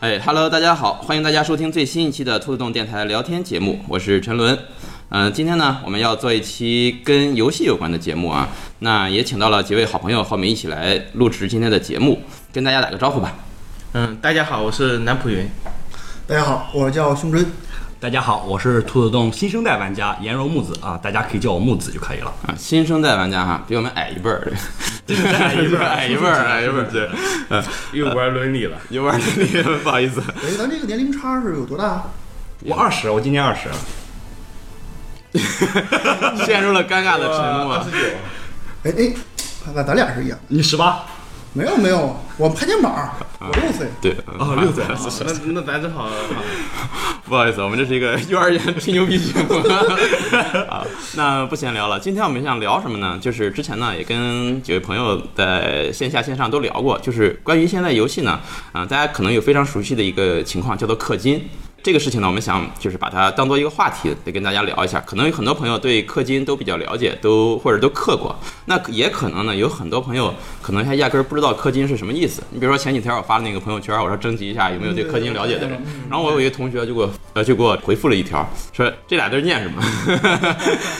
哎哈喽，大家好，欢迎大家收听最新一期的兔子洞电台聊天节目，我是陈伦。嗯、今天呢，我们要做一期跟游戏有关的节目啊，那也请到了几位好朋友和我们一起来录制今天的节目，跟大家打个招呼吧。嗯，大家好，我是南浦云。大家好，我叫熊真。大家好，我是兔子洞新生代玩家颜柔木子啊，大家可以叫我木子就可以了。啊，新生代玩家哈，比我们矮一辈儿，对，矮一辈儿，矮一辈儿，矮一辈儿， 对，又玩伦理了，有玩的，不好意思，哎，咱这个年龄差是有多大？我二十，我今年二十。陷入了尴尬的沉默。啊哎哎，那咱俩是一样的。你十八？没有没有，我们拍肩啊膀，我六岁。对，哦，六岁。那那咱正好啊 不好意思，我们这是一个幼儿园吹牛逼节目。 好，那不闲聊了。今天我们想聊什么呢？就是之前呢也跟几位朋友在线下线上都聊过，就是关于现在游戏呢，啊、大家可能有非常熟悉的一个情况叫做氪金。这个事情呢，我们想就是把它当做一个话题来跟大家聊一下。可能有很多朋友对氪金都比较了解，都或者都氪过。那也可能呢，有很多朋友可能他压根儿不知道氪金是什么意思。你比如说前几天我发的那个朋友圈，我说征集一下有没有对氪金了解的人，然后我有一个同学就给我呃就给我回复了一条，说这俩字儿念什么，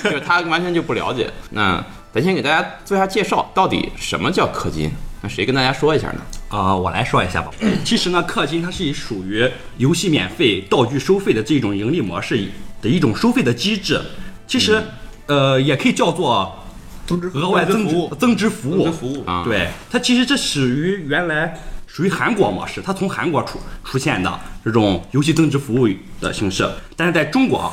就是他完全就不了解。那咱先给大家做一下介绍，到底什么叫氪金？那谁跟大家说一下呢？啊、我来说一 下吧。其实呢，氪金它是属于游戏免费、道具收费的这种盈利模式的一种收费的机制。其实，呃，也可以叫做增值额外增值增值服务。服务啊对，它其实这属于原来属于韩国模式，它从韩国出出现的这种游戏增值服务的形式，但是在中国，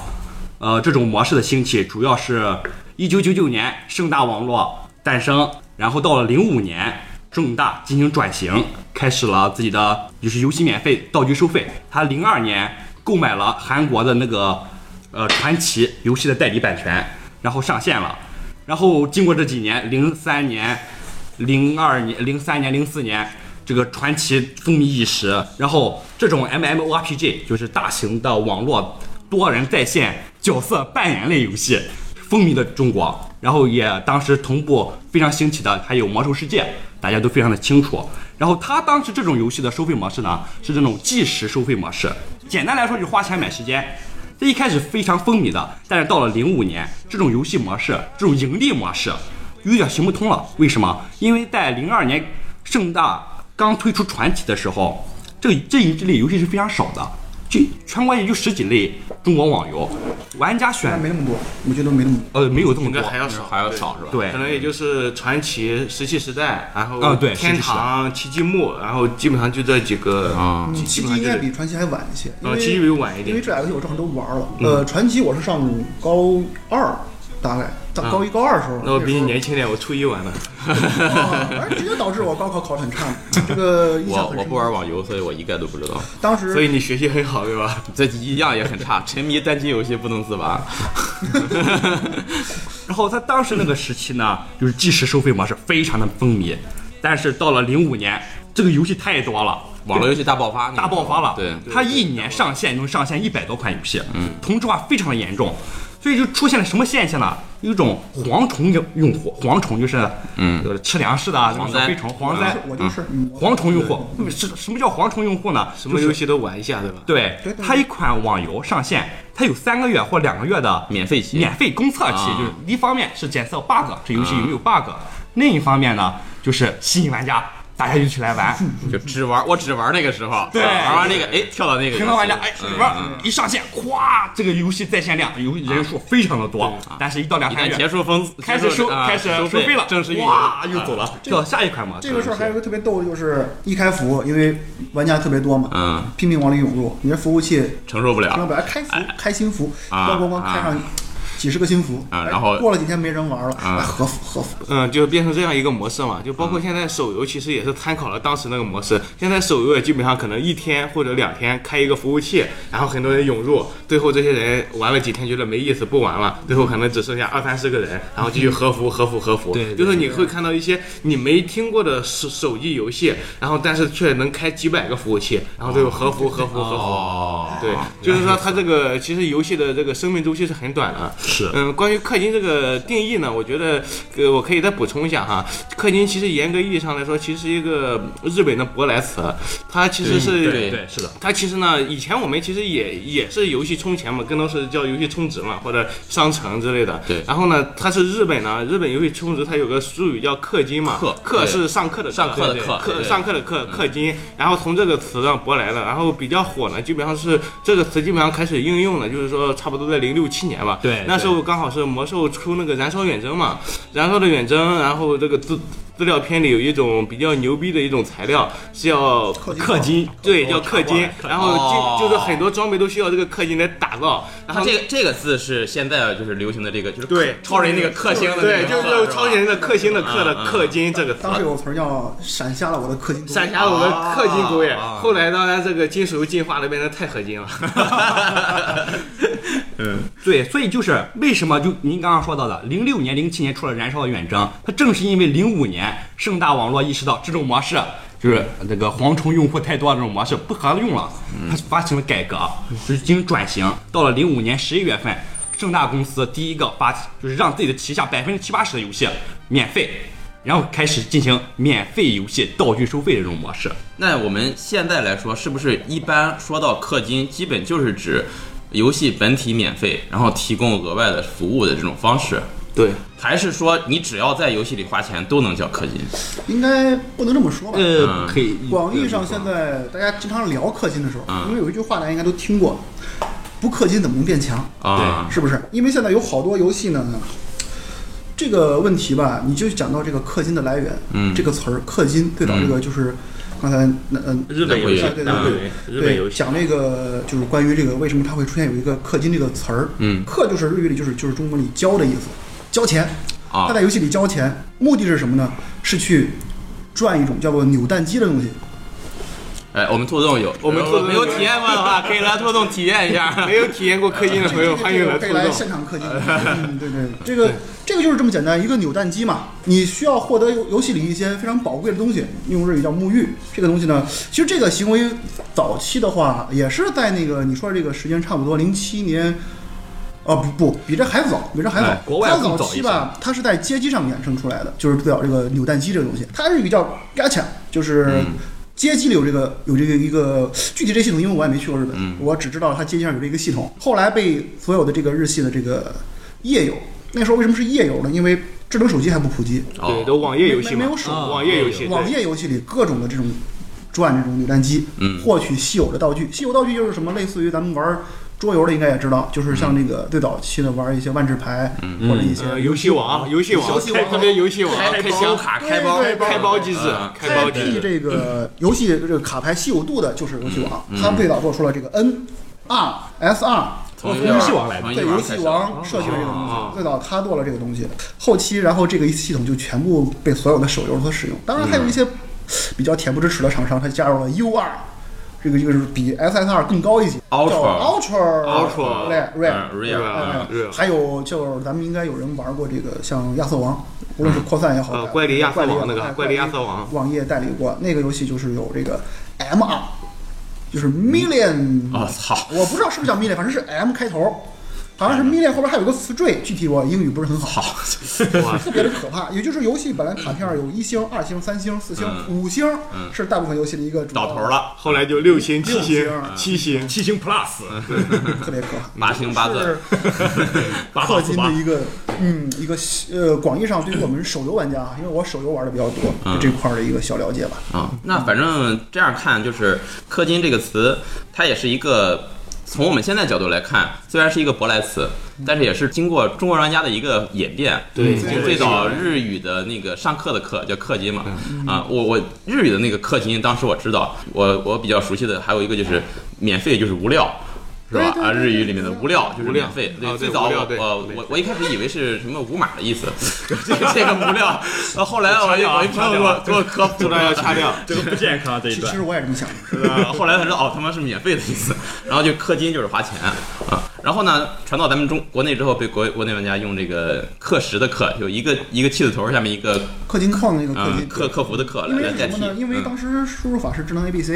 呃，这种模式的兴起主要是一九九九年盛大网络诞生，然后到了零五年。盛大进行转型，开始了自己的就是游戏免费、道具收费。他零二年购买了韩国的那个呃传奇游戏的代理版权，然后上线了。然后经过这几年，零三年、零二年、零三年、零四年，这个传奇风靡一时。然后这种 MMORPG 就是大型的网络多人在线角色扮演类游戏，风靡的中国。然后也当时同步非常兴起的还有《魔兽世界》，大家都非常的清楚。然后它当时这种游戏的收费模式呢，是这种计时收费模式。简单来说，就是花钱买时间。这一开始非常风靡的，但是到了零五年，这种游戏模式、这种盈利模式有点行不通了。为什么？因为在零二年盛大刚推出传奇的时候，这这一类游戏是非常少的，就全国也就十几类中国网游，玩家但选没那么多，我觉得没那么呃没有这么应该多，还要少，还要少是吧？对，对可，能也就是传奇、石器时代，然后啊对天堂、奇迹木，然后基本上就这几个啊，多。基奇本迹上应就该是比传奇还晚一些，因啊，为奇迹比我晚一因为点。嗯这俩游戏我正好都玩了。呃，传奇我是上高二，大概到高一高二时候。啊那我比你时候年轻点，我初一玩的。啊而直接导致我高考考得很差，这个印象我很我深不。玩网游，所以我一概都不知道。当时所以你学习很好对吧？这一样也很差，沉迷单机游戏不能自拔。然后他当时那个时期呢，就是计时收费模式非常的风靡，但是到了零五年，这个游戏太多了，网络游戏大爆发，那个大爆发了。对，它一年上线能上线一百多款游戏，嗯，同质化非常的严重，所以就出现了什么现象呢？有一种蝗虫用用户，蝗虫就是嗯呃吃粮食的啊，蝗灾小飞虫、蝗灾、我就是啊嗯蝗虫用户。什什么叫蝗虫用户呢？什么就是游戏都玩一下对吧？对对，对它一款网游上线，它有三个月或两个月的免费期免费公测期，啊嗯就是一方面是检测 bug，这游戏有没有 bug；另一方面呢，就是吸引玩家，大家就起来玩。就只玩，我只玩那个时候，嗯对玩完那个，哎，跳到那个，平常玩家哎，嗯里边一上线，咵，这个游戏在线量有人数非常的多，啊但是一到两啊嗯一三旦月结束封，哎开始结束收啊开始收费了，正式运营啊哇，又走了，到下一款嘛。这个事儿还有一个特别逗，的就是一开服，因为玩家特别多嘛，嗯，拼命往里涌入，你这服务器承受不平常了本来开服开新服，啊咣咣咣开上几十个新服，啊哎然后过了几天没人玩了，啊哎合服合服，嗯，就变成这样一个模式嘛，就包嗯括现在手游其实也是参考了当时那个模式。现在手游也基本上可能一天或者两天开一个服务器，然后很多人涌入，最后这些人玩了几天觉得没意思不玩了，最后可能只剩下二三十个人，然后继续合服合服合服。 对对就是你会看到一些你没听过的手手机游戏，然后但是却能开几百个服务器，然后最后合服合服合服。哦对，就是说它这个其实游戏的这个生命周期是很短的，是嗯，关于氪金这个定义呢，我觉得呃我可以再补充一下哈。氪金其实严格意义上来说，其实是一个日本的舶来词，它其实是对对是的，它其实呢，以前我们其实也也是游戏充钱嘛，更多是叫游戏充值嘛，或者商城之类的。对然后呢，它是日本呢，日本游戏充值它有个术语叫氪金嘛，氪氪对是上课的上课的对课氪对嗯上课的课氪金，然后从这个词上舶来的，然后比较火呢，基本上是这个词基本上开始应用了，就是说差不多在零六七年吧。对那时候刚好是魔兽出那个燃烧远征嘛，燃烧的远征，然后这个资资料片里有一种比较牛逼的一种材料是要氪金对，叫氪金，然后哦就就是很多装备都需要这个氪金来打造，然它后这个这个字是现在就是流行的这个，就是对超人那个克星的那个对，字就吧就超级人的克星的克的嗯嗯嗯氪金这个词当。时有个词儿叫“闪瞎了我的氪金”，闪瞎了我们氪金工业，啊后来当然这个金属进化了，变成钛合金了。对，所以就是为什么就您刚刚说到的，零六年、零七年出了《燃烧的远征》，它正是因为零五年盛大网络意识到这种模式就是那个蝗虫用户太多这种模式不合用了，嗯它发行了改革，就是进行转型。到了零五年十一月份，盛大公司第一个发就是让自己的旗下百分之七八十的游戏免费，然后开始进行免费游戏道具收费的这种模式。那我们现在来说，是不是一般说到氪金，基本就是指游戏本体免费，然后提供额外的服务的这种方式？对，还是说你只要在游戏里花钱都能叫氪金？应该不能这么说吧？嗯呃，嗯可以广义上，现在大家经常聊氪金的时候，啊因为有一句话大家应该都听过：“不氪金怎么能变强？”啊，是不是？因为现在有好多游戏呢，这个问题吧，你就讲到这个氪金的来源，嗯这个词儿氪金最早这个就是刚才那嗯。 日本游戏对对对对日本游对，戏讲那个就是关于这个为什么它会出现有一个氪金这个词儿，嗯氪就是日语里就是就是中文里交的意思，交钱，啊他在游戏里交钱，目的是什么呢？是去赚一种叫做扭蛋机的东西，哎，我们兔洞有，我们兔洞没有体验过的话，可以来兔洞体验一下。 没有体验过氪金的朋友，欢迎来可互以来动。现场氪金。嗯，对对，这个这个就是这么简单，一个扭蛋机嘛，你需要获得游游戏里一些非常宝贵的东西，用日语叫沐浴。这个东西呢，其实这个行为早期的话，也是在那个你说这个时间差不多零七年。啊不不，比这还早，比这还早。哎国外它更早早期一些吧，它是在街机上衍生出来的，就是最早这个扭蛋机这个东西，它日语叫 gacha，就是嗯街机里有这个有这个一个具体这系统，因为我也没去过日本，嗯我只知道它街机上有这个系统。后来被所有的这个日系的这个夜游，那时候为什么是夜游呢？因为智能手机还不普及，对，哦都网页游戏嘛啊没没有，手网页游戏，对网页游戏里各种的这种转这种扭蛋机，嗯获取稀有的道具。稀有道具就是什么？类似于咱们玩桌游的应该也知道，就是像嗯那个最早期的玩一些万智牌，或者一些呃游戏啊嗯王，游戏王，游戏开王特别游戏王，开箱卡开包对对对开包机制嗯，开包机辟制。这个游戏这个卡牌稀有度的，就是游戏王，它最早做出了这个 N R S R。从从游戏王来的从对游开戏始王设计了这个东西哦，最早他做了这个东西，后期然后这个系统就全部被所有的手游所使用。当然还有一些比较恬不知耻的厂商，他加入了 U R，这个这个是比 S S R 更高一级 Ultra 叫 Ultra Ultra Rare 嗯 Rare， real，嗯哎 Rare 还有就是咱们应该有人玩过这个像亚瑟王，无论是扩散也好，呃百怪力亚瑟王那个哎怪力亚瑟王网页代理过那个游戏，就是有这个 M R，就是 million 啊我操，我不知道是不是叫 million，反正是 M 开头，好像哎是 million 后边还有一个词缀，具体我英语不是很好，哇特别的可怕。也就是游戏本来卡片有一星、二星、三星、四星、嗯五星，是大部分游戏的一个主要到头，了，后来就六星、七六星星、七星，嗯七星嗯 Plus 特别可 怕。八星八是字，氪金八八四的八，一个，嗯，一个呃，广义上对于我们手游玩家啊，因为我手游玩的比较多，嗯对这块儿的一个小了解吧。啊，那反正这样看，就是“氪金”这个词，它也是一个从我们现在角度来看，虽然是一个舶来词，但是也是经过中国玩家的一个演变。对嗯对最早日语的那个上课的课叫氪金嘛，嗯啊，我我日语的那个氪金，当时我知道，我我比较熟悉的还有一个就是免费，就是无料。是吧？对对啊，对日语里面的对对无料就是无料免费。啊对最早无料我对我我我一开始以为是什么无码的意思， 这个这个无料。呃后来我一啊我一朋友给我给我科普这段要掐掉。这个不健康这一其 段其。实我也这么想的，呃，后来才知道哦，他妈是免费的意思，然后就氪金就是花钱啊。然后呢，传到咱们中国内之后，被国国内玩家用这个课时的课，有一个一个气字头下面一个氪金矿那个氪嗯金，客客服的客因为来来是代什替么呢？，因为嗯当时输入法是智能 ABC，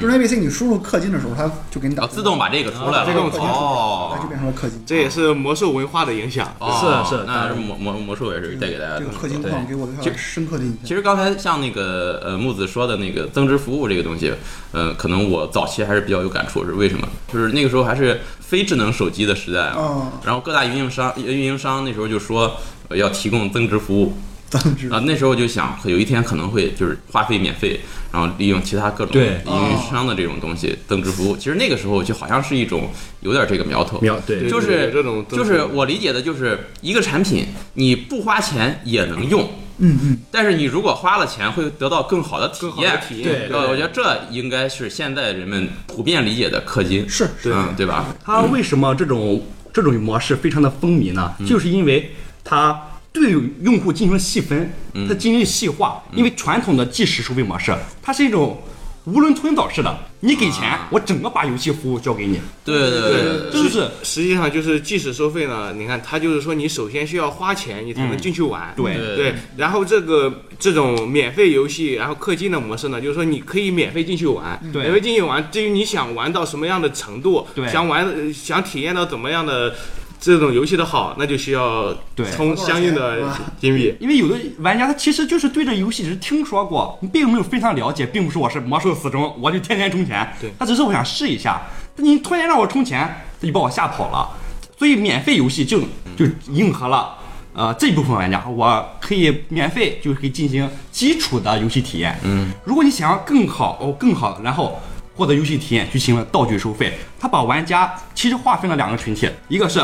智能 ABC 你输入氪金的时候，它就给你打啊自动把这个出来啊了，自动出来哦它就变成了氪金。这也是魔兽文化的影响。哦是是啊那是魔魔魔术也是带给大家嗯这个这么氪金多矿给我留下其了深刻的印其象。实刚才像那个呃木子说的那个增值服务这个东西，呃，可能我早期还是比较有感触，是为什么？就是那个时候还是非智能手机的时代啊，哦然后各大运营商运营商那时候就说、呃要提供增值服务增值啊、那时候就想有一天可能会就是话费免费，然后利用其他各种对运营商的这种东西增值服务，其实那个时候就好像是一种有点这个苗头，秒对对就是有这种增值就是我理解的就是一个产品你不花钱也能用。嗯嗯，但是你如果花了钱，会得到更好的体更好的验。体验对呃我觉得这应该是现在人们普遍理解的氪金， 是对嗯，对吧？它为什么这种这种模式非常的风靡呢？就是因为它对用户进行了细分，它进行细化。因为传统的即时收费模式，它是一种无人吞枣式的，你给钱，我整个把游戏服务交给你。对对对对对就是实际上就是即使收费呢，你看它就是说你首先需要花钱，你才能进去玩。对对对，然后这个这种免费游戏，然后氪金的模式呢，就是说你可以免费进去玩，对免费进去玩，至于你想玩到什么样的程度，嗯对想玩呃想体验到怎么样的。这种游戏的好，那就需要对充相应的多少钱金币。因为有的玩家他其实就是对这游戏只是听说过，并没有非常了解，并不是我是魔兽死忠，我就天天充钱。对他只是我想试一下。但你突然让我充钱，他就把我吓跑了。所以免费游戏就就迎合了呃这部分玩家，我可以免费就可以进行基础的游戏体验。嗯，如果你想要更好哦更好，然后获得游戏体验，就行了道具收费。他把玩家其实划分了两个群体，一个是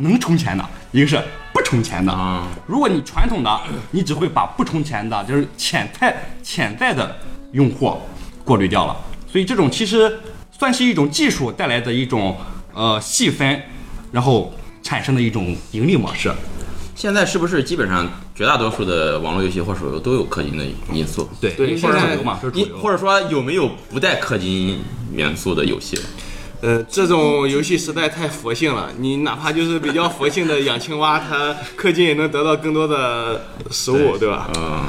能充钱的，一个是不充钱的。啊，如果你传统的，你只会把不充钱的，就是潜在潜在的用户过滤掉了。所以这种其实算是一种技术带来的一种呃细分，然后产生的一种盈利模式。现在是不是基本上绝大多数的网络游戏或手游都有氪金的因素？对对现或者主在流嘛，这是主你流。或者说有没有不带氪金元素的游戏了？呃，这种游戏时代太佛性了，你哪怕就是比较佛性的养青蛙，它氪金也能得到更多的食物，对吧？嗯，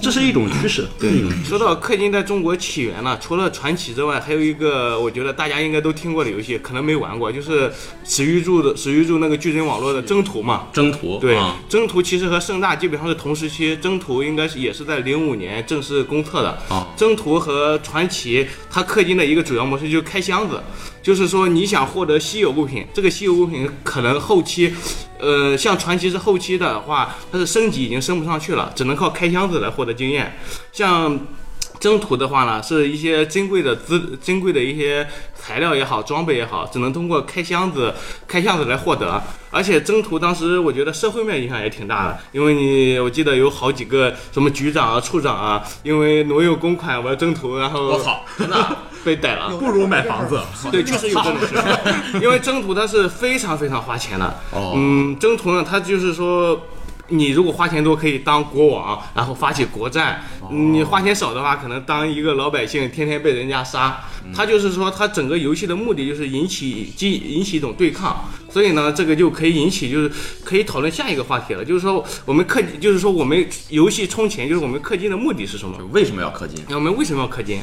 这是一种趋势，嗯对，说到氪金在中国起源呢，除了传奇之外，还有一个我觉得大家应该都听过的游戏，可能没玩过，就是史玉柱的史玉柱那个矩阵网络的征途嘛。征途对啊，征途其实和盛大基本上是同时期，征途应该是也是在零五年正式公测的。哦征途和传奇，它氪金的一个主要模式就是开箱子，就是说你想获得稀有物品，这个稀有物品可能后期，呃，像传奇是后期的话，它是升级已经升不上去了，只能靠开箱子来获得经验。像征途的话呢，是一些珍贵的资、珍贵的一些材料也好、装备也好，只能通过开箱子、开箱子来获得。而且征途当时我觉得社会面影响也挺大的，因为你我记得有好几个什么局长啊、处长啊，因为挪用公款玩征途，然后我操，真 的啊被逮了。不如买房子。 对，确实有这种事， 因为征途它是非常非常花钱的。哦嗯，征途呢，它就是说。你如果花钱多，可以当国王，然后发起国战；你花钱少的话，可能当一个老百姓，天天被人家杀。它就是说，它整个游戏的目的就是引起激引起一种对抗，所以呢，这个就可以引起就是可以讨论下一个话题了，就是说我们氪，就是说我们游戏充钱，就是我们氪金的目的是什么？为什么要氪金？那我们为什么要氪金？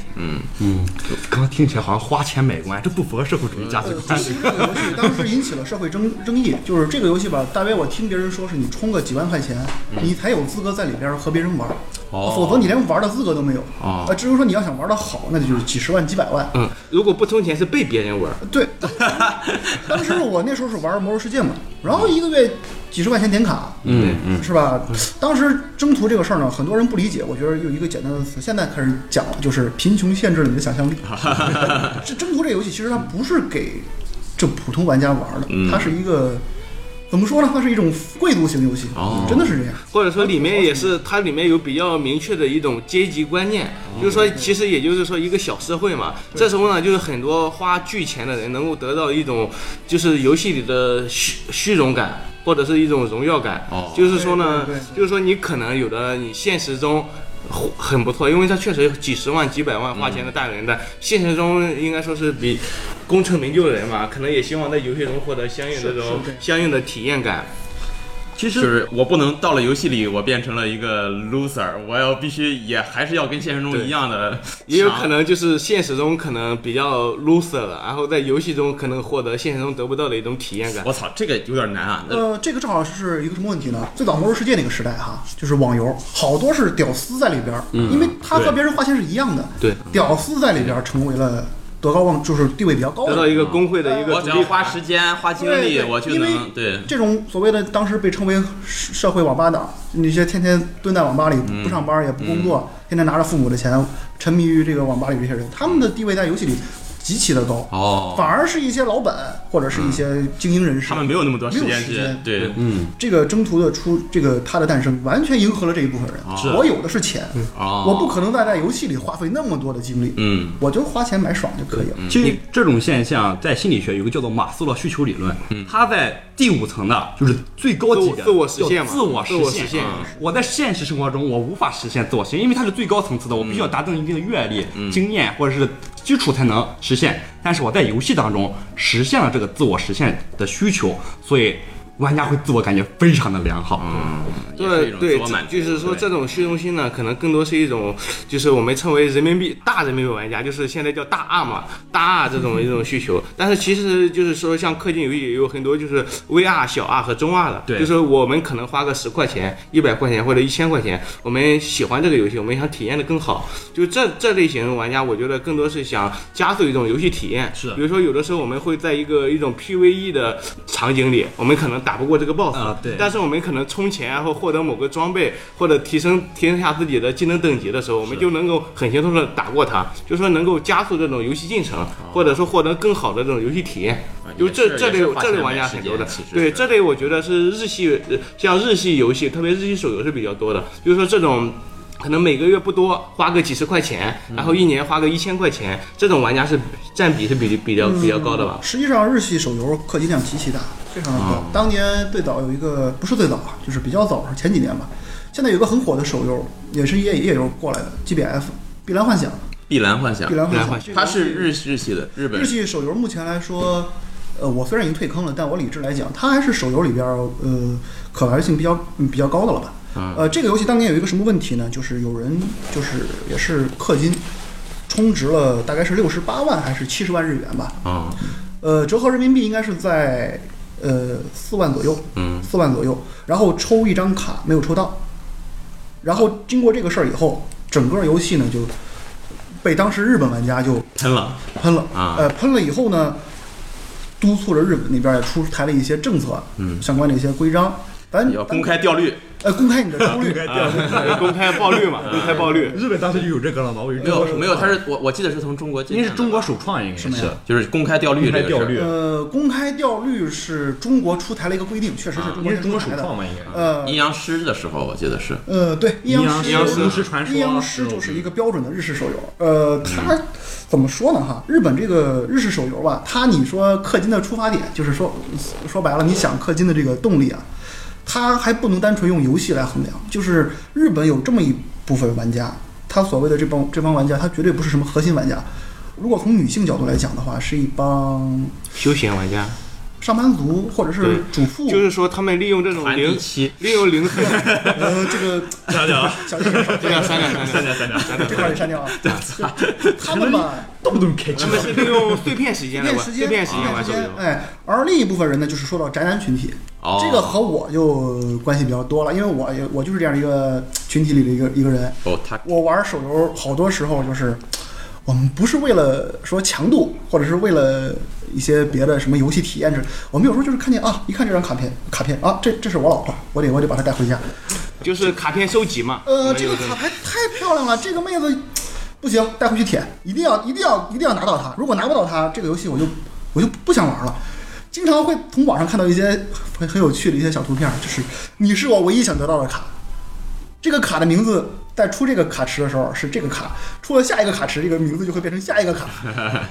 刚刚听起来好像花钱买官，这不符合社会主义价值但观。是呃这个游戏当时引起了社会争争议，就是这个游戏吧，大约我听别人说是你充个几万块钱，你才有资格在里边和别人玩，嗯哦否则你连玩的资格都没有。哦啊，至于说你要想玩的好，那就是几十万、几百万。嗯，如果不充钱是被别人玩， 对，当时当时我那时候是玩《魔兽世界》嘛，然后一个月几十块钱点卡，嗯嗯，是吧？当时征途这个事儿呢，很多人不理解，我觉得有一个简单的词，现在开始讲了，就是贫穷限制了你的想象力。这征途这游戏其实它不是给这普通玩家玩的，它是一个怎么说呢？它是一种贵族型游戏，哦真的是这样。或者说里面也是它里面有比较明确的一种阶级观念，就是说其实也就是说一个小社会嘛。这时候呢，就是很多花巨钱的人能够得到一种就是游戏里的虚虚荣感。或者是一种荣耀感，哦就是说呢对对，对就是说你可能有的你现实中很不错，因为他确实有几十万、几百万花钱的大人的，现实中应该说是比功成名就的人嘛，可能也希望在游戏中获得相应的这是种是这样相应的体验感。其就实是我不能到了游戏里，我变成了一个 loser，我要必须也还是要跟现实中对一样的，也有可能就是现实中可能比较 loser 了，然后在游戏中可能获得现实中得不到的一种体验感。我操，这个有点难啊！嗯那呃，这个正好是一个什么问题呢？最早《魔兽世界》那个时代哈，就是网游，好多是屌丝在里边儿，嗯因为他和别人花钱是一样的，对，屌丝在里边儿成为了德高望，就是地位比较高得的到一个工会的一个我独只立要花时间、花精力，对对我就因为能对。这种所谓的当时被称为社会网吧党，那些天天蹲在网吧里嗯不上班也不工作，天天拿着父母的钱沉迷于这个网吧里这些人，他们的地位在游戏里极其的高，哦，反而是一些老板或者是一些精英人士，他们没有那么多时没有间时去间对，嗯这个征途的出这个它的诞生，完全迎合了这一部分人。是我有的是钱，哦，我不可能再在游戏里花费那么多的精力，嗯，我就花钱买爽就可以了。嗯其实这种现象在心理学有个叫做马斯洛需求理论，它在第五层的，就是最高级的嗯自我自我实现叫嘛自我自我实实现嗯我在现实生活中我无法实现自我实现，因为它是最高层次的，嗯我必须要达到一定的阅历、经验或者是基础才能实现。但是我在游戏当中实现了这个自我实现的需求，所以玩家会自我感觉非常的良好。也是一嗯对种自对我满，足就是说对这种虚荣心呢，可能更多是一种，就是我们称为人民币大人民币玩家，就是现在叫大 R 嘛，大 R 这种一种需求。但是其实就是说，像氪金游戏也有很多就是 VR 小 R 和中 R 的，对就是我们可能花个十块钱、一百块钱或者一千块钱，我们喜欢这个游戏，我们想体验的更好。就这这类型玩家，我觉得更多是想加速一种游戏体验。是比如说有的时候我们会在一个一种 PVE 的场景里，我们可能打不过嗯这个 BOSS，啊对但是我们可能充钱啊或获得某个装备，或者提升提升一下自己的技能等级的时候，我们就能够很轻松的打过它，就说能够加速这种游戏进程，或者说获得更好的这种游戏体验。就这这类这类玩家很多的，对这类我觉得是日系，呃像日系游戏，特别日系手游是比较多的，就是说这种。可能每个月不多，花个几十块钱，然后一年花个一千块钱，这种玩家是占比是比比较比较高的吧？实际上，日系手游氪金量极其大，非常的高。当年最早有一个，不是最早啊，就是比较早，是前几年吧。现在有一个很火的手游，也是夜夜游过来的 GBF《碧蓝幻想》。碧蓝幻想碧，蓝碧蓝幻幻想，它是日日系的，日本日系手游目前来说，呃，我虽然已经退坑了，但我理智来讲，它还是手游里边儿呃可玩性比较嗯比较高的了吧。呃，这个游戏当年有一个什么问题呢？就是有人就是也是氪金，充值了大概是六十八万还是七十万日元吧，啊，呃，折合人民币应该是在呃四万左右，嗯，四万左右。然后抽一张卡没有抽到，然后经过这个事儿以后，整个游戏呢就被当时日本玩家就喷了喷了啊呃，喷了以后呢，督促着日本那边也出台了一些政策，嗯，相关的一些规章。咱要公开掉率，呃公开你的抽 率， 公开暴率嘛，公开暴率。啊日本当时就有这个了吗？我有没有没有，它是我我记得是从中国进，因为是中国，首创，应该是么呀就是公开掉率公这开个掉事儿率，呃，公开掉率是中国出台了一个规定，确实是中因国为中国首出台创的。嘛，应该。呃，阴阳师的时候，我记得是呃，对，阴阳师啊阴阳师巫师传说阴阳师就是一个标准的日式手游。呃，它嗯怎么说呢？哈，日本这个日式手游吧，它你说氪金的出发点，就是说说白了，你想氪金的这个动力啊，它还不能单纯用游戏来衡量。就是日本有这么一部分玩家，他所谓的这帮这帮玩家，他绝对不是什么核心玩家。如果从女性角度来讲的话，是一帮休闲玩家，上班族或者对是主妇，就是说他们利用这种传零递期，利用零碎，呃，这个讲讲， 小心点儿，对啊，三两讲三两，讲，讲讲。这块儿得删掉啊。就是他们吧。动不动开机 他，们是利用碎片时间来碎玩，片时碎间，片时间玩时手间游，。哎，而另一部分人呢，就是说到宅男群体，哦，这个和我就关系比较多了，因为我也我就是这样一个群体里的一个一个人。哦，他我玩手游好多时候就是，我们不是为了说强度，或者是为了一些别的什么游戏体验之，我们有时候就是看见啊，一看这张卡片，卡片啊，这这是我老婆，我得我得把她带回家。就是卡片收集嘛。呃，没这有个卡牌太漂亮了，这个妹子不行，带回去舔，一定要一定要一定要拿到它。如果拿不到它，这个游戏我就我就不想玩了。经常会从网上看到一些很很有趣的一些小图片，就是你是我唯一想得到的卡。这个卡的名字在出这个卡池的时候是这个卡，出了下一个卡池，这个名字就会变成下一个卡。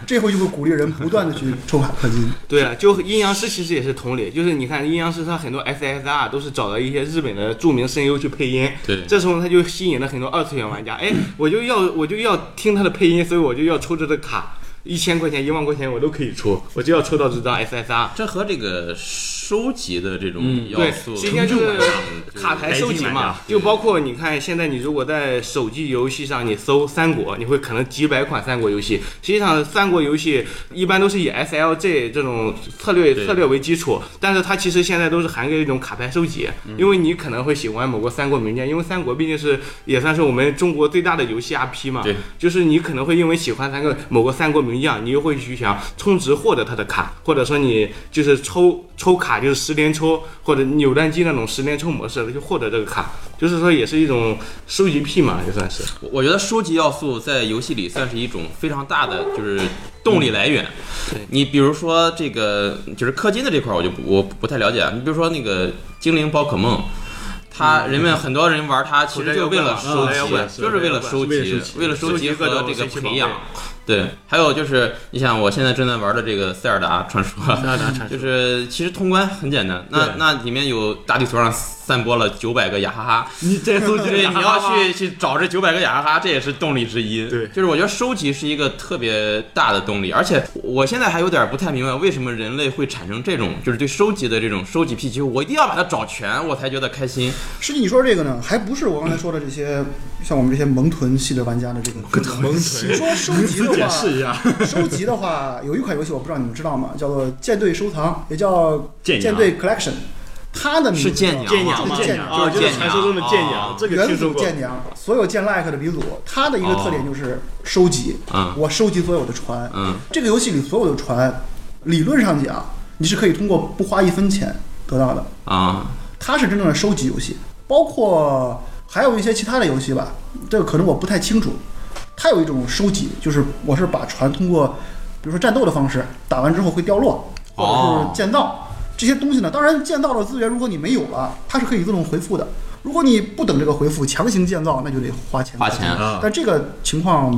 这回就会鼓励人不断的去抽卡氪金。对啊，就阴阳师其实也是同理，就是你看阴阳师，它很多 SSR 都是找了一些日本的著名声优去配音，对这时候它就吸引了很多二次元玩家，哎，我就要我就要听他的配音，所以我就要抽这个卡。一千块钱、一万块钱我都可以抽，我就要抽到这张 SSR。这和这个收集的这种要对，素，这应该就是卡牌收集白金买嘛的，就包括你看，现在你如果在手机游戏上你搜三国，你会可能几百款三国游戏。实际上，三国游戏一般都是以 SLG 这种策略对策略为基础，但是它其实现在都是涵盖一种卡牌收集，因为你可能会喜欢某个三国名将，因为三国毕竟是也算是我们中国最大的游戏 IP 嘛，对，就是你可能会因为喜欢三个某个三国名将，你又会去想充值获得他的卡，或者说你就是抽抽卡，就是十连抽或者扭蛋机那种十连抽模式就获得这个卡，就是说也是一种收集癖嘛，也算是。我我觉得收集要素在游戏里算是一种非常大的就是动力来源。对你比如说这个就是氪金的这块儿，我就不我不太了解啊。你比如说那个精灵宝可梦。他人们很多人玩它，其实就为了收口袋啊集妖怪嘛， 就是为了收为了集收，集为了收集收集各和种 这个神奇宝培贝养。对，还有就是，你想我现在正在玩的这个《塞尔达传说》，嗯就是其实通关很简单。那对那里面有大地图上散播了九百个雅哈哈，你在搜集对，你要去去找这九百个雅哈哈，这也是动力之一。对就是我觉得收集是一个特别大的动力，而且我现在还有点不太明白，为什么人类会产生这种就是对收集的这种收集癖，就是我一定要把它找全，我才觉得开心。实际你说这个呢，还不是我刚才说的这些，像我们这些萌豚系列玩家的这个跟萌你腿，说收名集词的解话，释一下， 收集的话，有一款游戏我不知道你们知道吗？叫做《舰队收藏》，也叫《舰舰羊队 Collection》。它的名字是舰叫羊吗是这个舰舰羊羊啊就是剑传说中的娘剑哦娘，这个元听祖说过。舰娘，所有舰 like 的鼻祖，它的一个特点就是收集。哦嗯我收集所有的船。嗯，这个游戏里所有的船，理论上讲，你是可以通过不花一分钱得到的。啊，它是真正的收集游戏，包括还有一些其他的游戏吧，这个可能我不太清楚。它有一种收集，就是我是把船通过，比如说战斗的方式打完之后会掉落，或者哦是建造这些东西呢。当然，建造的资源如果你没有了，它是可以自动回复的。如果你不等这个回复，强行建造，那就得花钱。花钱啊但这个情况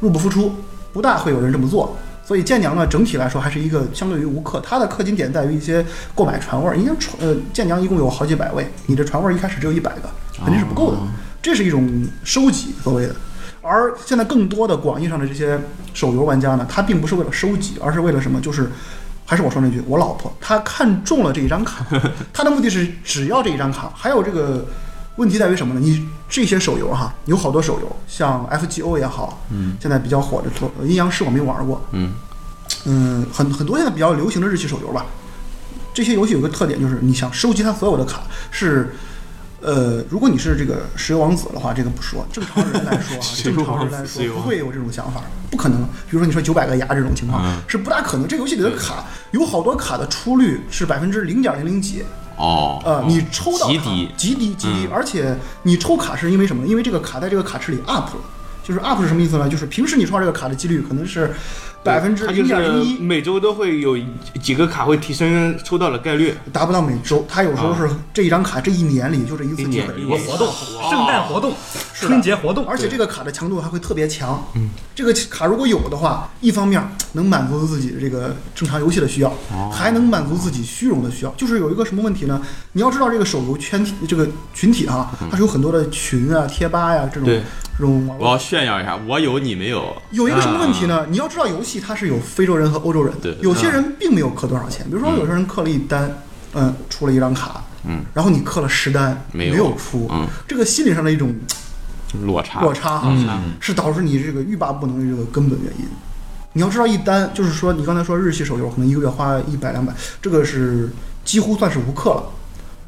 入不敷出，不大会有人这么做。所以舰娘呢，整体来说还是一个相对于无氪，它的氪金点在于一些购买船位儿。因为船呃，舰娘一共有好几百位，你的船位儿一开始只有一百个，肯定是不够的。这是一种收集所谓的。而现在更多的广义上的这些手游玩家呢，他并不是为了收集，而是为了什么？就是还是我说那句，我老婆她看中了这一张卡，她的目的是只要这一张卡。还有这个问题在于什么呢？你这些手游哈，有好多手游，像 FGO 也好，嗯，现在比较火的呃阴阳师我没玩过，嗯嗯，很很多现在比较流行的日系手游吧，这些游戏有个特点就是你想收集它所有的卡是。呃，如果你是这个石油王子的话，这个不说。正常人来说啊，正常人来说不会有这种想法，不可能。比如说你说九百个牙这种情况、是不大可能。这游戏里的卡有好多卡的出率是百分之零点零零几，哦，呃，你抽到极卡低极低，极嗯低，而且你抽卡是因为什么呢？因为这个卡在这个卡池里 up 了，就是 up 是什么意思呢？就是平时你抽到这个卡的几率可能是百分之它就零点零是一，每周都会有几个卡会提升抽到的概率，达不到每周，它有时候是这一张卡这一年里就这一次啊一机年会一。我年活动，圣诞活动，的春节活动，而且这个卡的强度还会特别强，嗯，这个卡如果有的话，一方面能满足自己这个正常游戏的需要，哦还能满足自己虚荣的需要。就是有一个什么问题呢？你要知道这个手游圈体这个群体啊，嗯它是有很多的群啊、贴吧呀、这种对这种网络我要炫耀一下，我有你没有。有一个什么问题呢？你要知道，游戏它是有非洲人和欧洲人的，啊对嗯有些人并没有氪多少钱，比如说有些人氪了一单，嗯，出了一张卡，嗯，然后你氪了十单，没没有出嗯，这个心理上的一种落差，嗯落差哈，是导致你这个欲罢不能的这个根本原因。你要知道，一单就是说，你刚才说日系手游可能一个月花一百两百，这个是几乎算是无氪了。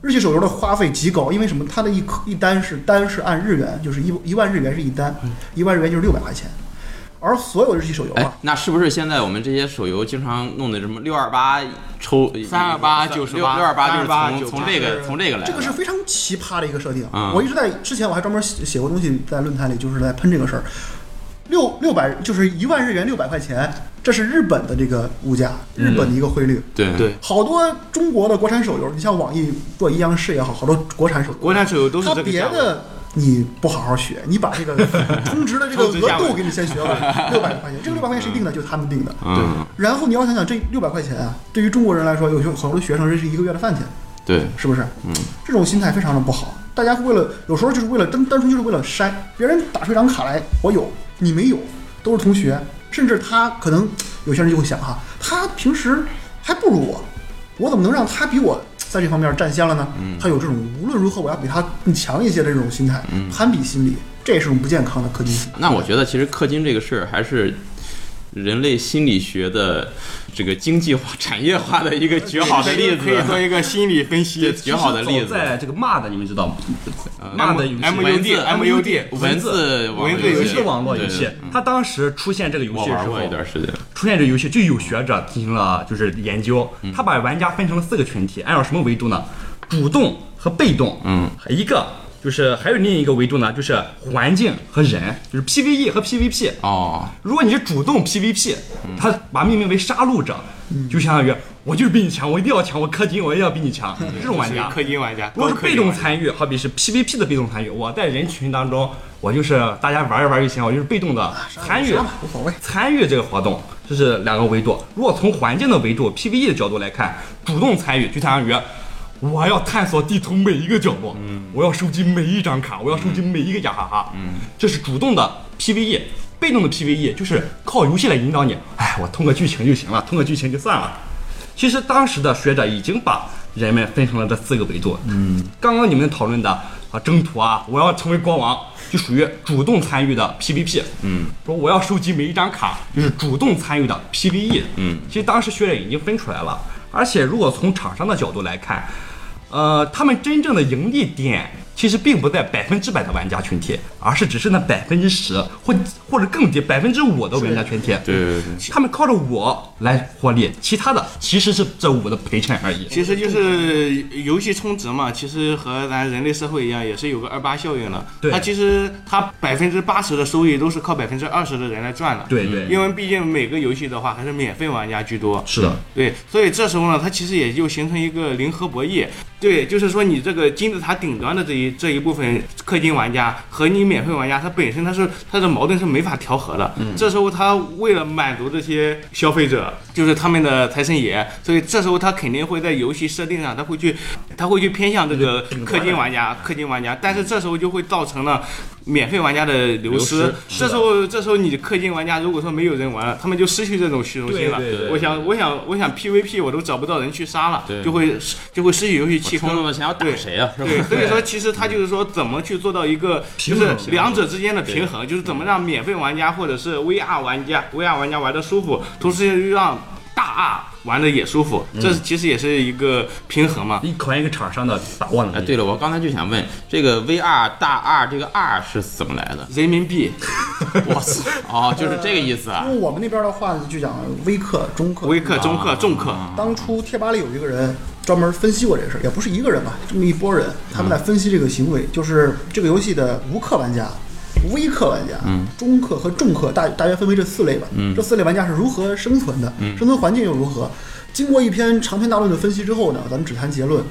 日系手游的花费极高，因为什么？它的一氪一单是单是按日元，就是一一万日元是一单，一万日元就是六百块钱。而所有日系手游啊哎，，那是不是现在我们这些手游经常弄的什么六二八抽328 98六二八就是328从从这个从这个来的，这个是非常奇葩的一个设定。嗯我一直在之前我还专门写写过东西在论坛里，就是在喷这个事儿。六六百就是一万日元六百块钱，这是日本的这个物价，日本的一个汇率。对对，好多中国的国产手游，你像网易做阴阳师也好，好多国产手游，国产手游都是它这个别价位。的你不好好学，你把 这个充值的这个充值价额位度给你先学 了，六百块钱，这个六百块钱谁定的？就是他们定的。嗯然后你要想想，这六百块钱啊，对于中国人来说，有些好多学生这是一个月的饭钱。对是不是？嗯，这种心态非常的不好。大家为了有时候就是为了单单纯就是为了筛，别人打出一张卡来，我有，你没有，都是同学，甚至他可能有些人就会想哈，他平时还不如我，我怎么能让他比我在这方面占先了呢？他有这种无论如何我要比他更强一些的这种心态，攀比心理，这也是种不健康的氪金心理。那我觉得其实氪金这个事儿还是人类心理学的这个经济化、 产业化的一个绝好的例可以做子，一个心理分析对，。绝好的例其实子早。在这个骂的，你们知道吗？骂的游戏 M 文 U 字 D M U D，文字网文字游游戏戏是网络游对戏对，嗯它当时出现这个游我戏的时玩候过一，段时间。出现这游戏就有学者进行了就是研究，嗯他把玩家分成了四个群体，按照什么维度呢？主动和被动，嗯，一个就是还有另一个维度呢，就是环境和人，就是 PVE 和 PVP。哦，如果你是主动 PVP，他嗯把命名为杀戮者，就相当于我就是比你强，我一定要强，我氪金，我一定要比你强，这种玩属于家。嗯氪金玩家，如果高是氪金被动玩家参与，好比是 PVP 的被动参与，我在人群当中，我就是大家玩一玩就行，我就是被动的参与啊杀吧，无所谓。参与这个活动，这是两个维度。如果从环境的维度 PVE 的角度来看，主动参与就相当于我要探索地图每一个角落，我要收集每一张卡，我要收集每一个雅哈哈，这是主动的 PVE。被动的 PVE 就是靠游戏来引导你，哎，我通过剧情就行了，通过剧情就算了。其实当时的学者已经把人们分成了这四个维度。嗯，刚刚你们讨论的啊，征途啊，我要成为国王，就属于主动参与的 PVP。嗯，说我要收集每一张卡，就是主动参与的 PVE。嗯，其实当时学者已经分出来了，而且如果从厂商的角度来看，呃，他们真正的盈利点其实并不在百分之百的玩家群体，而是只是那百分之十或或者更低百分之五的玩家群体。对对对，他们靠着我来获利，其他的其实是这五的陪衬而已。其实就是游戏充值嘛，其实和咱人类社会一样，也是有个二八效应的。对它其实它百分之八十的收益都是靠百分之二十的人来赚的。对对因为毕竟每个游戏的话还是免费玩家居多。是的，对，所以这时候呢，它其实也就形成一个零和博弈。对，就是说你这个金字塔顶端的这一这一部分氪金玩家和你免费玩家，它本身它是它的矛盾是没法调和的。这时候他为了满足这些消费者，就是他们的财神爷，所以这时候他肯定会在游戏设定上，他会去他会去偏向这个氪金玩家，氪金玩家。但是这时候就会造成了免费玩家的流失流。这时候这时候你氪金玩家如果说没有人玩了，他们就失去这种虚荣心了。对对对我想我想我想 PVP 我都找不到人去杀了对，就会就会失去游戏我气充那氛。么多钱要打对谁啊？是吧？对，所以说其实它就是说怎么去做到一个就平衡是两者之间的平衡，就是怎么让免费玩家或者是 VR 玩家 VR 玩家玩的舒服，同时又让大 R 玩的也舒服，这是其实也是一个平衡嘛。？你考验一个厂商的把握哎，能力。对了，我刚才就想问，这个 VR 大 R 这个 R 是怎么来的人民币我操！哦，就是这个意思啊 因。为我们那边的话就讲微课、中课、微课、中课、重课，当初贴吧里有一个人专门分析过这个事儿，也不是一个人吧，这么一拨人，他们在分析这个行为，就是这个游戏的无氪玩家、微氪玩家、中氪和重氪，大大约分为这四类吧。这四类玩家是如何生存的，生存环境又如何？经过一篇长篇大论的分析之后呢，咱们只谈结论。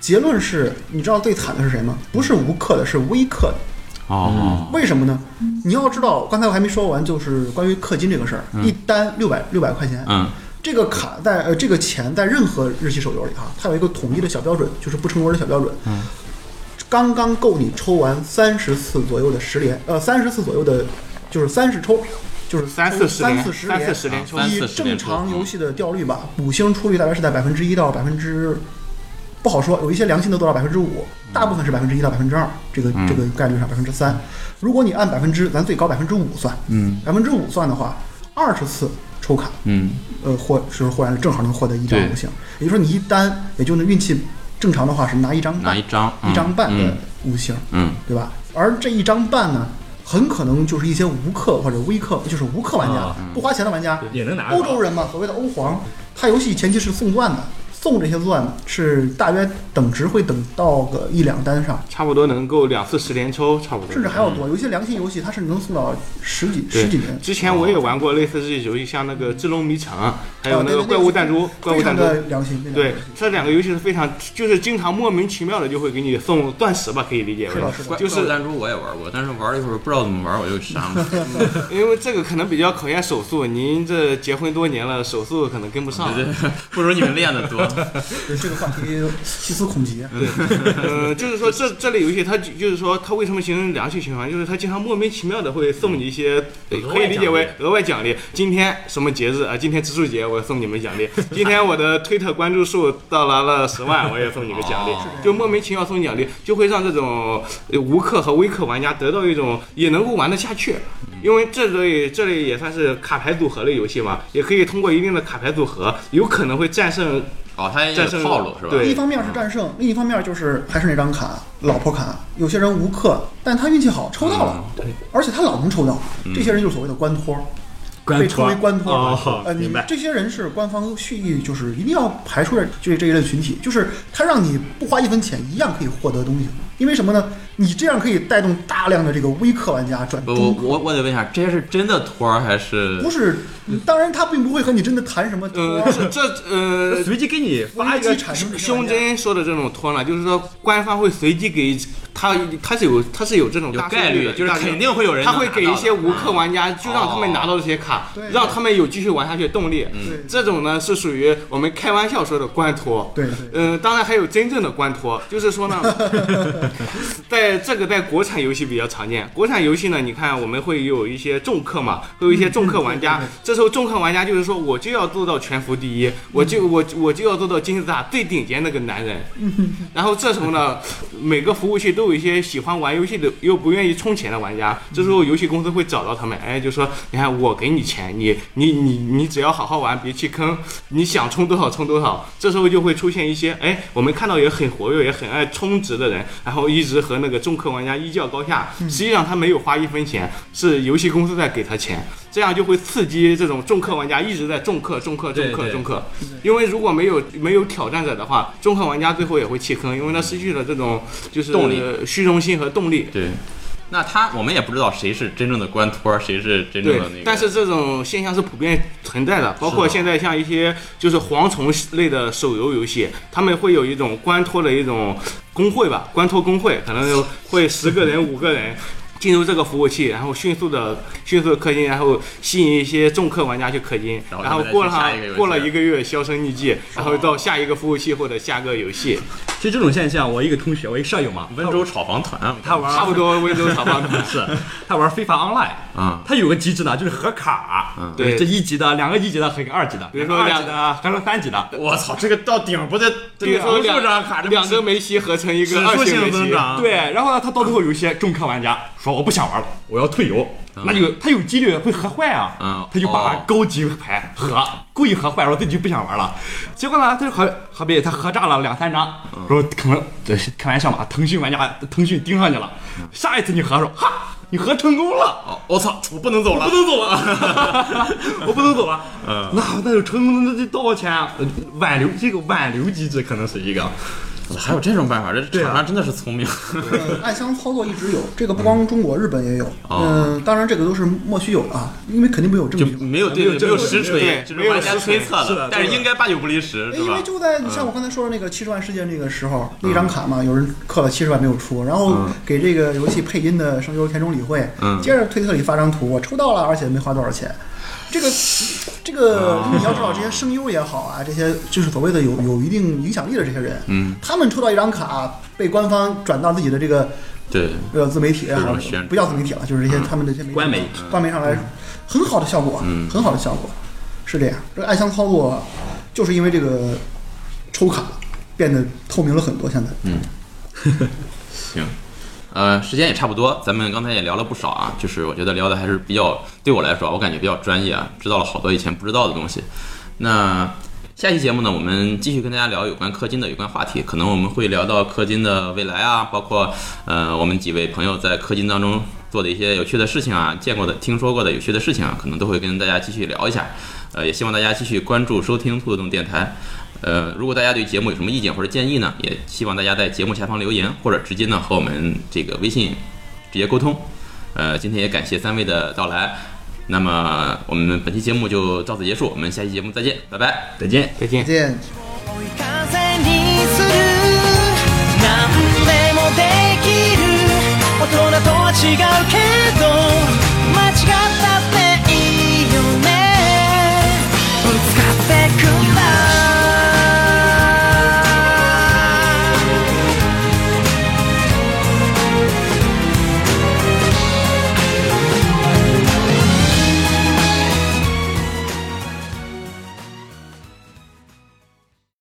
结论是，你知道最惨的是谁吗？不是无氪的，是微氪的。哦，为什么呢？你要知道，刚才我还没说完，就是关于氪金这个事儿，一单六百六百块钱，嗯，这个卡在呃这个钱在任何日系手游里哈，它有一个统一的小标准，就是不成文的小标准，嗯，刚刚够你抽完三十次左右的十连，呃，三十次左右的，就是三十抽，就是三抽四十三连四十三连，四十连抽三以四十连正抽嗯常游戏的掉率吧，五星出率大约是在百分之一到百分之，不好说，有一些良心的做到百分之五，大部分是嗯百分之一到百分之二，这个这个概率上百分之三。如果你按百分之，咱最高百分之五算，嗯，百分之五算的话，二十次抽卡，嗯，呃，获是或然正好能获得一张对五星，也就是说你一单也就能运气正常的话是拿一张拿半一张，嗯一张半的嗯五星，嗯，对吧？而这一张半呢，很可能就是一些无氪或者微氪，就是无氪玩家啊、不花钱的玩家也能拿到欧洲人嘛，所谓的欧皇，他游戏前期是送钻的，送这些钻是大约等值会等到个一两单上，差不多能够两次十连抽，差不多。甚至还要多。有一些良心游戏，它是能送到十几嗯对十几年，之前我也玩过类似这游戏，像那个《智龙迷城》，还有啊那对个对《对怪物弹珠》，怪物非常弹珠。的良心。非常的对良心，这两个游戏是非常，就是经常莫名其妙的就会给你送钻石吧，可以理解为是的是的嗯就就是是弹珠我也玩过，但是玩了一会儿不知道怎么玩，我就删 了。因为这个可能比较考验手速，您这结婚多年了，手速可能跟不上。不如你们练的多。对这个话题细思恐极。啊嗯，就是说这这类游戏它就就是说它为什么形成良性循环，就是它经常莫名其妙的会送你一些，呃嗯额外可以理解为奖额外奖励。今天什么节日啊？今天植树节，我送你们奖励。今天我的推特关注数到达了十万，我也送你们奖励。哦就莫名其妙送奖励，就会让这种呃无氪和微氪玩家得到一种也能够玩得下去。嗯因为这类这类也算是卡牌组合类游戏嘛，也可以通过一定的卡牌组合，有可能会战胜哦，它也战有胜套路是吧？对一方面是战胜，另一方面就是还是那张卡，老婆卡。有些人无氪，但他运气好抽到了，而且他老能抽到。这些人就是所谓的官托，被称为官托。哦嗯呃，你明白这些人是官方蓄意，就是一定要排除这这这一类群体，就是他让你不花一分钱一样可以获得东西，因为什么呢？你这样可以带动大量的这个微氪玩家转不，我中氪。我我得问一下，这是真的托儿还是？不是，当然他并不会和你真的谈什么托呃儿，这这呃随机给你发危一个机产生这些玩胸家针说的这种托呢，就是说官方会随机给他，他是有他是有这种有大概数率，的就是大数肯定会有人他能拿会到的，啊给一些无氪玩家，就让他们哦拿到这些卡对，让他们有继续玩下去的动力。对这种呢是属于我们开玩笑说的官托。对对嗯，当然还有真正的官托，就是说呢，在这个在国产游戏比较常见。国产游戏呢，你看我们会有一些重氪嘛，会有一些重氪玩家。这时候重氪玩家就是说，我就要做到全服第一，我就我我就要做到金字塔最顶尖那个男人。然后这时候呢，每个服务器都有一些喜欢玩游戏的又不愿意充钱的玩家，这时候游戏公司会找到他们，哎，就说你看我给你钱，你你你你只要好好玩，别弃坑，你想充多少充多少。这时候就会出现一些哎，我们看到也很活跃也很爱充值的人，然后一直和那个重氪玩家一较高下。实际上他没有花一分钱，是游戏公司在给他钱，这样就会刺激这种重氪玩家一直在重氪重氪重对氪对重氪。因为如果没有没有挑战者的话，中坑玩家最后也会弃坑，因为他失去了这种就是动力、虚荣心和动力。对。那他我们也不知道谁是真正的官托儿，谁是真正对的那个。，但是这种现象是普遍存在的，包括是的现在像一些就是蝗虫类的手游游戏，他们会有一种官托的一种工会吧，官托工会可能会十个人、五个人。 进入这个服务器，然后迅速的迅速的氪金，然后吸引一些重氪玩家去氪金，然后然后他们再去过了下一个游戏过了一个月销声匿迹，然后到下一个服务器或者下个游戏。其实这种现象，我一个同学，我一个舍友嘛，温州炒房团，啊他玩差不多温州厂房。是，他玩非法 online，啊他有个机制呢，就是合卡，对这一级的、两个一级的和一个二级的，比如说两个两二级的还有三级的，我操，这个到顶不在，比如说两啊张卡，这两个梅西合成一指个二数星性梅增西，长，对，然后呢，他到最后有一些重氪玩家说我不想玩了，我要退游，那就他有几率会合坏啊，嗯他就把哦高级牌合，故意合坏，说自己不想玩了，结果呢，他就合合被他合炸了两三张，说可能这是开玩笑嘛，腾讯玩家腾讯盯上去了，下一次你合说哈，你合成功了。哦我操，我不能走了不，能走 了，我不能走了。那那就成功，那就多少钱啊？呃挽留这个挽留机制可能是一个，还有这种办法，这啊厂商真的是聪明。呃暗箱操作一直有，这个不光中国，日本也有。嗯哦嗯，当然这个都是莫须有的啊，因为肯定没有证就嗯据。没有对，没有实对锤，就是没有玩家实锤推测是的但是对的应该八九不离十，哎是因吧嗯为？就在你像我刚才说的那个七十万事件那个时候，那张卡嘛，有人氪了七十万没有出，然后给这个游戏配音的声优田中理惠，嗯接着推特里发张图，我抽到了，而且没花多少钱。这个这个哦你要知道，这些声优也好啊，这些就是所谓的有有一定影响力的这些人，嗯，他们抽到一张卡，被官方转到自己的这个对，呃自媒体也各好种宣，传不叫自媒体了，就是这些他们的这些媒体嗯官媒嗯官媒上来很好的效果，啊很好的效果，是这样。这个暗箱操作就是因为这个抽卡变得透明了很多，现在。嗯行。呃，时间也差不多，咱们刚才也聊了不少啊，就是我觉得聊的还是比较，对我来说，我感觉比较专业啊，知道了好多以前不知道的东西。那下期节目呢，我们继续跟大家聊有关氪金的有关话题，可能我们会聊到氪金的未来啊，包括呃我们几位朋友在氪金当中做的一些有趣的事情啊，见过的、听说过的有趣的事情啊，可能都会跟大家继续聊一下。呃，也希望大家继续关注收听兔子洞电台。呃，如果大家对节目有什么意见或者建议呢，也希望大家在节目下方留言，或者直接呢和我们这个微信直接沟通。呃，今天也感谢三位的到来，那么我们本期节目就到此结束，我们下期节目再见，拜拜，再见。再见再。见。 「